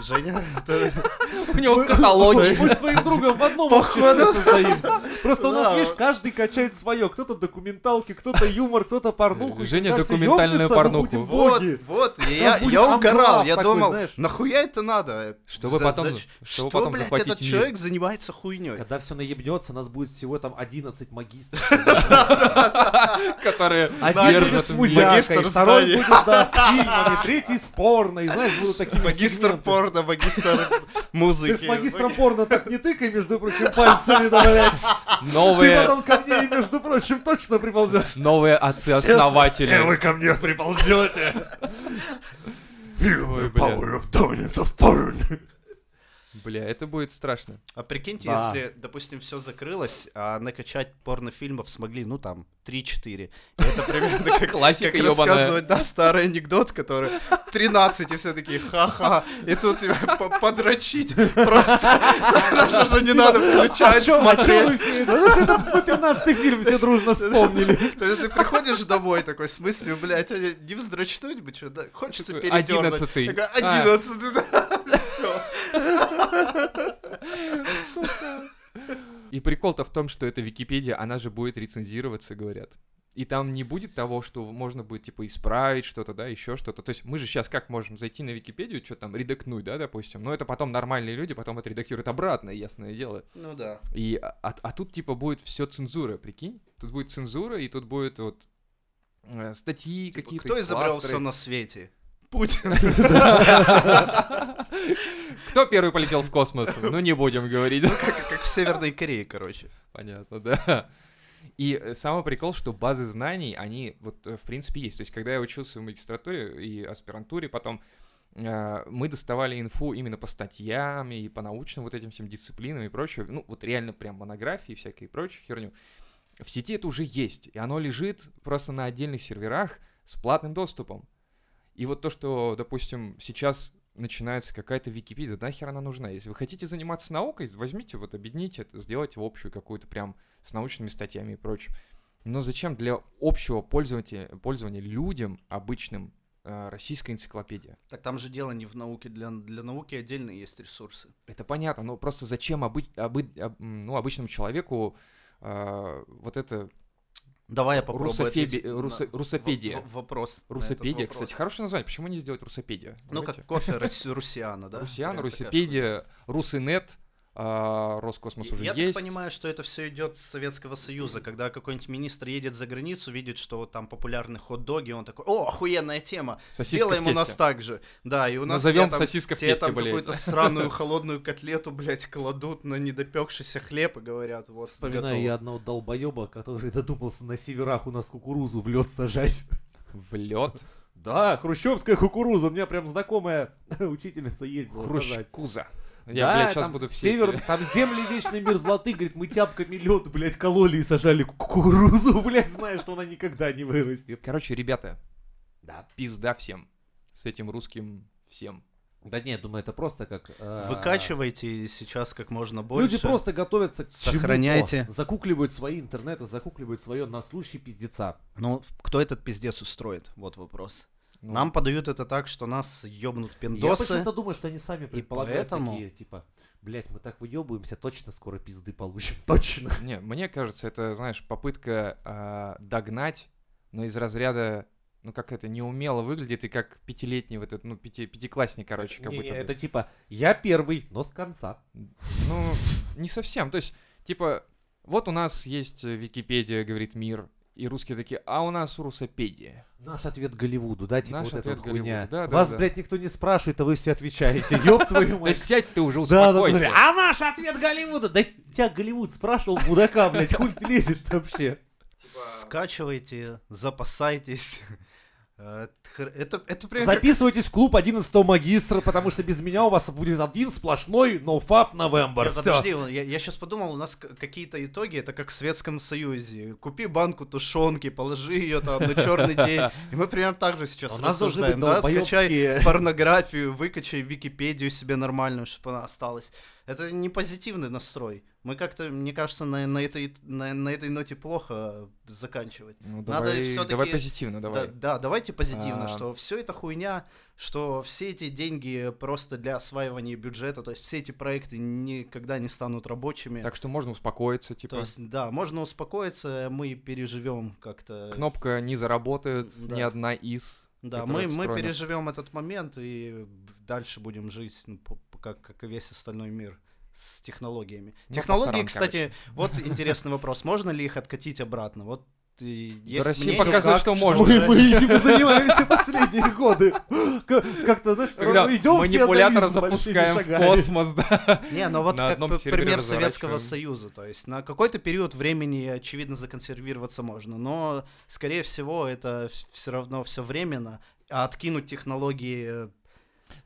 Женя... это-
У него каталоги.
Мы с твоим другом в одном обществе состоим. Просто у нас,
Да.
видишь, каждый качает свое. Кто-то документалки, кто-то юмор, кто-то порнуху. И
Женя
когда все
документальную
ёбнется, мы
порнуху.
будем
Вот,
боги.
вот, и
У
я,
нас будет
я угорал,
анклав
я
такой,
думал,
знаешь.
нахуя это надо?
Чтобы потом- чтобы
что,
потом
блядь,
захватить
этот
мир.
человек занимается хуйней?
Когда все наебнется, нас будет всего там 11 магистров. (laughs)
которые
Один будет
держат
с
в
музякой,
магистр
второй
знаний.
будет да, с фильмами, третий с порно. И знаешь, будут такие
Магистр
сегменты.
порно, магистр музыки.
Ты с магистром порно так не тыкай, между прочим, пальцами, да, блядь. Ты
Новые,
потом ко мне, и, между прочим, точно приползешь.
новые
Все
отцы-основатели.
вы ко мне приползете. Feel
Ой,
the
бля.
power of dominance of porn.
Бля, это будет страшно.
А прикиньте,
Да.
если, допустим, все закрылось, а накачать порнофильмов смогли, ну там, 3-4. Это
(laughs)
примерно как,
Классика
как
ёбаная.
рассказывать, да, старый анекдот, который 13, и все такие, ха-ха, и тут тебя по- подрочить просто. (laughs) Даже уже не надо
А
включать,
чё, а чё вы
смотреть.
все? Ну, это 13-й фильм, все дружно (laughs) вспомнили.
(laughs) То есть ты приходишь домой такой, в смысле, блядь, а не вздрочь что-нибудь, что, да, хочется
Такой,
передёрнуть.
11-й.
Такой,
А.
11-й, (laughs) да, всё.
И прикол-то в том, что эта Википедия, она же будет рецензироваться, говорят. И там не будет того, что можно будет, типа, исправить что-то, да, еще что-то. То есть мы же сейчас как можем зайти на Википедию, что там, редактнуть, да, допустим. Но это потом нормальные люди потом это редактируют обратно, ясное дело.
Ну да.
И, а, а- а тут, типа, будет все цензура, прикинь? Тут будет цензура, и тут будет вот э, статьи какие-то,
Типа, Кто
(laughs)
изобрел
кластеры.
все на свете? Путин. (laughs)
Кто первый полетел в космос? Ну, не будем говорить.
Как как в Северной Корее, короче.
Понятно, (laughs) да. И э, самый прикол, что базы знаний, они вот э, в принципе есть. То есть, когда я учился в магистратуре и аспирантуре, потом э, мы доставали инфу именно по статьям и по научным вот этим всем дисциплинам и прочее. Ну, вот реально прям монографии всякие и прочую херню. В сети это уже есть, и оно лежит просто на отдельных серверах с платным доступом. И вот то, что, допустим, сейчас начинается какая-то Википедия, нахер она нужна? Если вы хотите заниматься наукой, возьмите, вот объедините это, сделайте общую какую-то прям с научными статьями и прочим. Но зачем для общего пользователя, пользования людям обычным э, российская энциклопедия?
Так там же дело не в науке. Для, для науки отдельно есть ресурсы.
Это понятно, но просто зачем обы- обы- об- м, ну, обычному человеку э, вот это
Давай я попробую
русофеби-
ответить на
русо- русопедия?
в- в- вопрос. на этот
Русопедия,
вопрос.
кстати, хорошее название. Почему не сделать русопедия?
Ну,
Давайте.
как
(laughs)
кофе рус- русиана, да?
Русиан,
Прям такая
Русипедия, Русинет, а, Роскосмос
штука.
уже
Я
есть.
так понимаю, что это все идет с Советского Союза, когда какой-нибудь министр едет за границу, видит, что там популярны хот-доги, он такой, о, охуенная тема,
Сосиска
делаем
в
у нас
тесте.
так же. Да, и у нас
Назовём
тебе там-
сосиска в
тебе
тесте,
там
блядь.
какую-то сраную холодную котлету, блядь, кладут на недопекшийся хлеб и говорят, вот,
Вспоминаю я
готово.
одного долбоеба, который додумался на северах у нас кукурузу в лед сажать.
В
(laughs)
лед.
Да, хрущевская кукуруза. У меня прям знакомая (laughs) учительница ездила сажать.
Хрущкуза. Я,
да,
блядь, сейчас
там
буду все
север,
эти-
там земли вечной мерзлоты, говорит, мы тяпками лед, блядь, кололи и сажали кукурузу, (laughs) блядь, зная, что она никогда не вырастет.
Короче, ребята,
Да.
пизда всем. С этим русским всем.
Да нет, думаю, это просто как... э,
Выкачивайте сейчас как можно больше.
Люди просто готовятся к чему-то.
Сохраняйте.
Закукливают свои интернеты, закукливают свое на случай пиздеца.
Ну, в- кто этот пиздец устроит? Вот вопрос.
Ну,
Нам подают это так, что нас ёбнут
Я
пиндосы.
почему-то думаю, что они сами предполагают
поэтому-
такие, типа, блять, мы так выебываемся, точно скоро пизды получим. (laughs) Точно.
(laughs) Не, мне кажется, это, знаешь, попытка а, догнать, но из разряда, ну как это, неумело выглядит, и как пятилетний вот этот, ну, пяти- пятиклассник, короче, как
Не, не,
будто. бы.
это типа, я первый, но с конца.
Ну, не совсем. То есть, типа, вот у нас есть э, Википедия, говорит мир, и русские такие, а у нас русопедия.
Наш ответ Голливуду, да, типа
Наш
вот эта
ответ
вот хуйня.
Голливуду, да, да,
Вас,
да.
блядь, никто не спрашивает, а вы все отвечаете. (laughs) Ёб твою
Да
мать.
сядь ты уже,
Да, да, да.
успокойся.
А наш ответ Голливуду! Да тебя Голливуд спрашивал, мудака, блядь, хуй ты лезешь вообще.
Скачивайте, запасайтесь. (laughs) Э, хр- Это, это прям как-
Записывайтесь в клуб 11 магистра, потому что без меня у вас будет один сплошной ноуфап новембр.
Нет,
ну
Все.
подожди, я, сейчас подумал, у нас к- какие-то итоги, это как в Советском Союзе. Купи банку тушенки, положи ее там на черный день.
(laughs)
И мы примерно так же сейчас
А У нас должны
рассуждаем,
быть
да? Скачай
долбоёбские-
(laughs) порнографию, выкачай Википедию себе нормальную, чтобы она осталась. Это не позитивный настрой. Мы как-то, мне кажется, на, на этой, на, на этой ноте плохо заканчивать.
Ну,
Надо
давай,
всё-таки-
давай позитивно, давай.
Да, да, давайте позитивно,
А.
что все это хуйня, что все эти деньги просто для осваивания бюджета, то есть все эти проекты никогда не станут рабочими.
Так что можно успокоиться,
то
типа,
есть, да, можно успокоиться, мы переживем
э,
как-то.
кнопка не заработает,
Да.
ни одна из.
да, мы,
которая
мы
встроена.
переживем этот момент и дальше будем жить, ну, по- по- как, как и весь остальной мир с технологиями.
Ну,
Технологии,
пасаран,
кстати,
короче.
вот интересный вопрос. Можно ли их откатить обратно? Вот и есть
Россия
мнение,
показывает, что
как-
Мы,
можно.
мы этим и занимаемся последние годы. Как- Как-то, знаешь,
Когда
идем
манипулятора запускаем в космос, да.
Не, ну вот
На
как
одном
п-
сервере
пример Советского
разворачиваем.
Союза. То есть на какой-то период времени, очевидно, законсервироваться можно, но, скорее всего, это все равно все временно. А откинуть технологии... э,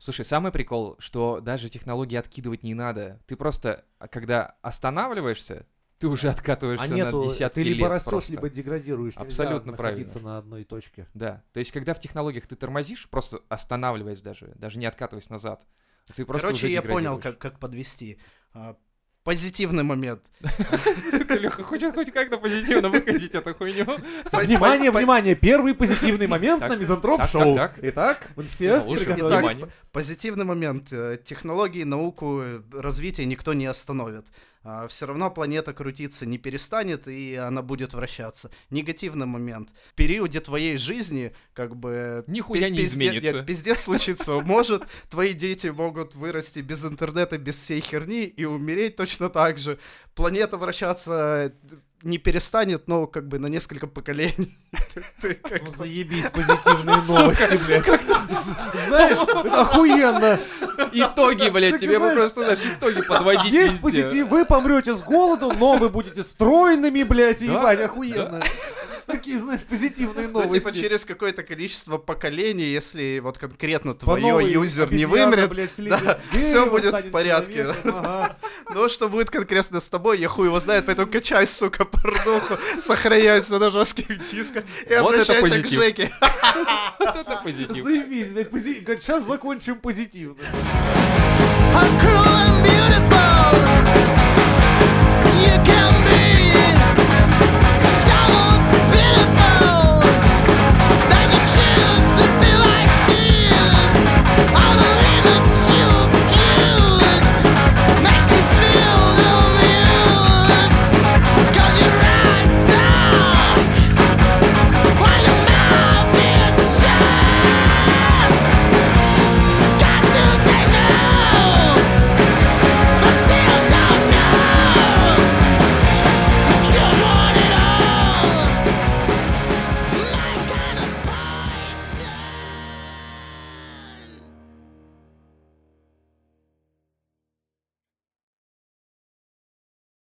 Слушай, самый прикол, что даже технологии откидывать не надо. Ты просто, а когда останавливаешься, ты уже
А
откатываешься на
нету,
десятки
ты либо
лет
растешь,
просто.
либо деградируешь. Нельзя
Абсолютно
находиться на одной точке.
Да, то есть когда в технологиях ты тормозишь, просто останавливаясь даже, даже не откатываясь назад, ты просто
Короче,
уже
я понял,
деградируешь.
как, как подвести. А, Позитивный момент.
(laughs) Сука, Лёха хочет хоть как-то позитивно выходить эту
(laughs)
хуйню.
Внимание, внимание, первый позитивный момент
Так,
на Мизантроп
так,
Шоу.
так, так.
Итак, мы все
Слушай,
приготовились.
внимание.
Позитивный момент. Э, Технологии, науку, э, развитие никто не остановит. Все равно планета крутиться не перестанет, и она будет вращаться. Негативный момент. В периоде твоей жизни, как бы...
Нихуя
пи-
не
пизде-
изменится. (laughs)
Нет, пиздец случится. Может, твои дети могут вырасти без интернета, без всей херни, и умереть точно так же. Планета вращаться э, не перестанет, но как бы на несколько поколений. (laughs) Ты- ты как
Ну заебись, позитивные новости, блядь. З-
(laughs)
Знаешь, это охуенно.
Итоги, блядь,
Так и
тебе бы
знаешь-
просто, знаешь, итоги подводить
А Есть
везде.
позитив, вы помрете с голоду, но вы будете стройными, блядь, и
Да,
ебать, охуенно. Такие, знаешь, позитивные
Ну, типа,
новости.
через какое-то количество поколений, если вот конкретно
По
твое
новой
юзер не
обезьяна,
вымрет,
блядь, слезет
да,
с дерева,
все будет в
станет
порядке. (laughs)
человеком, ага.
Но что будет конкретно с тобой, я хуй его знает, поэтому качай, сука, порнуху, сохраняй все на жестких дисках и
Вот это
обращайся к
позитив.
Жеке.
Вот это позитив.
Заебись, блядь, сейчас закончим позитивно.
I'm cruel and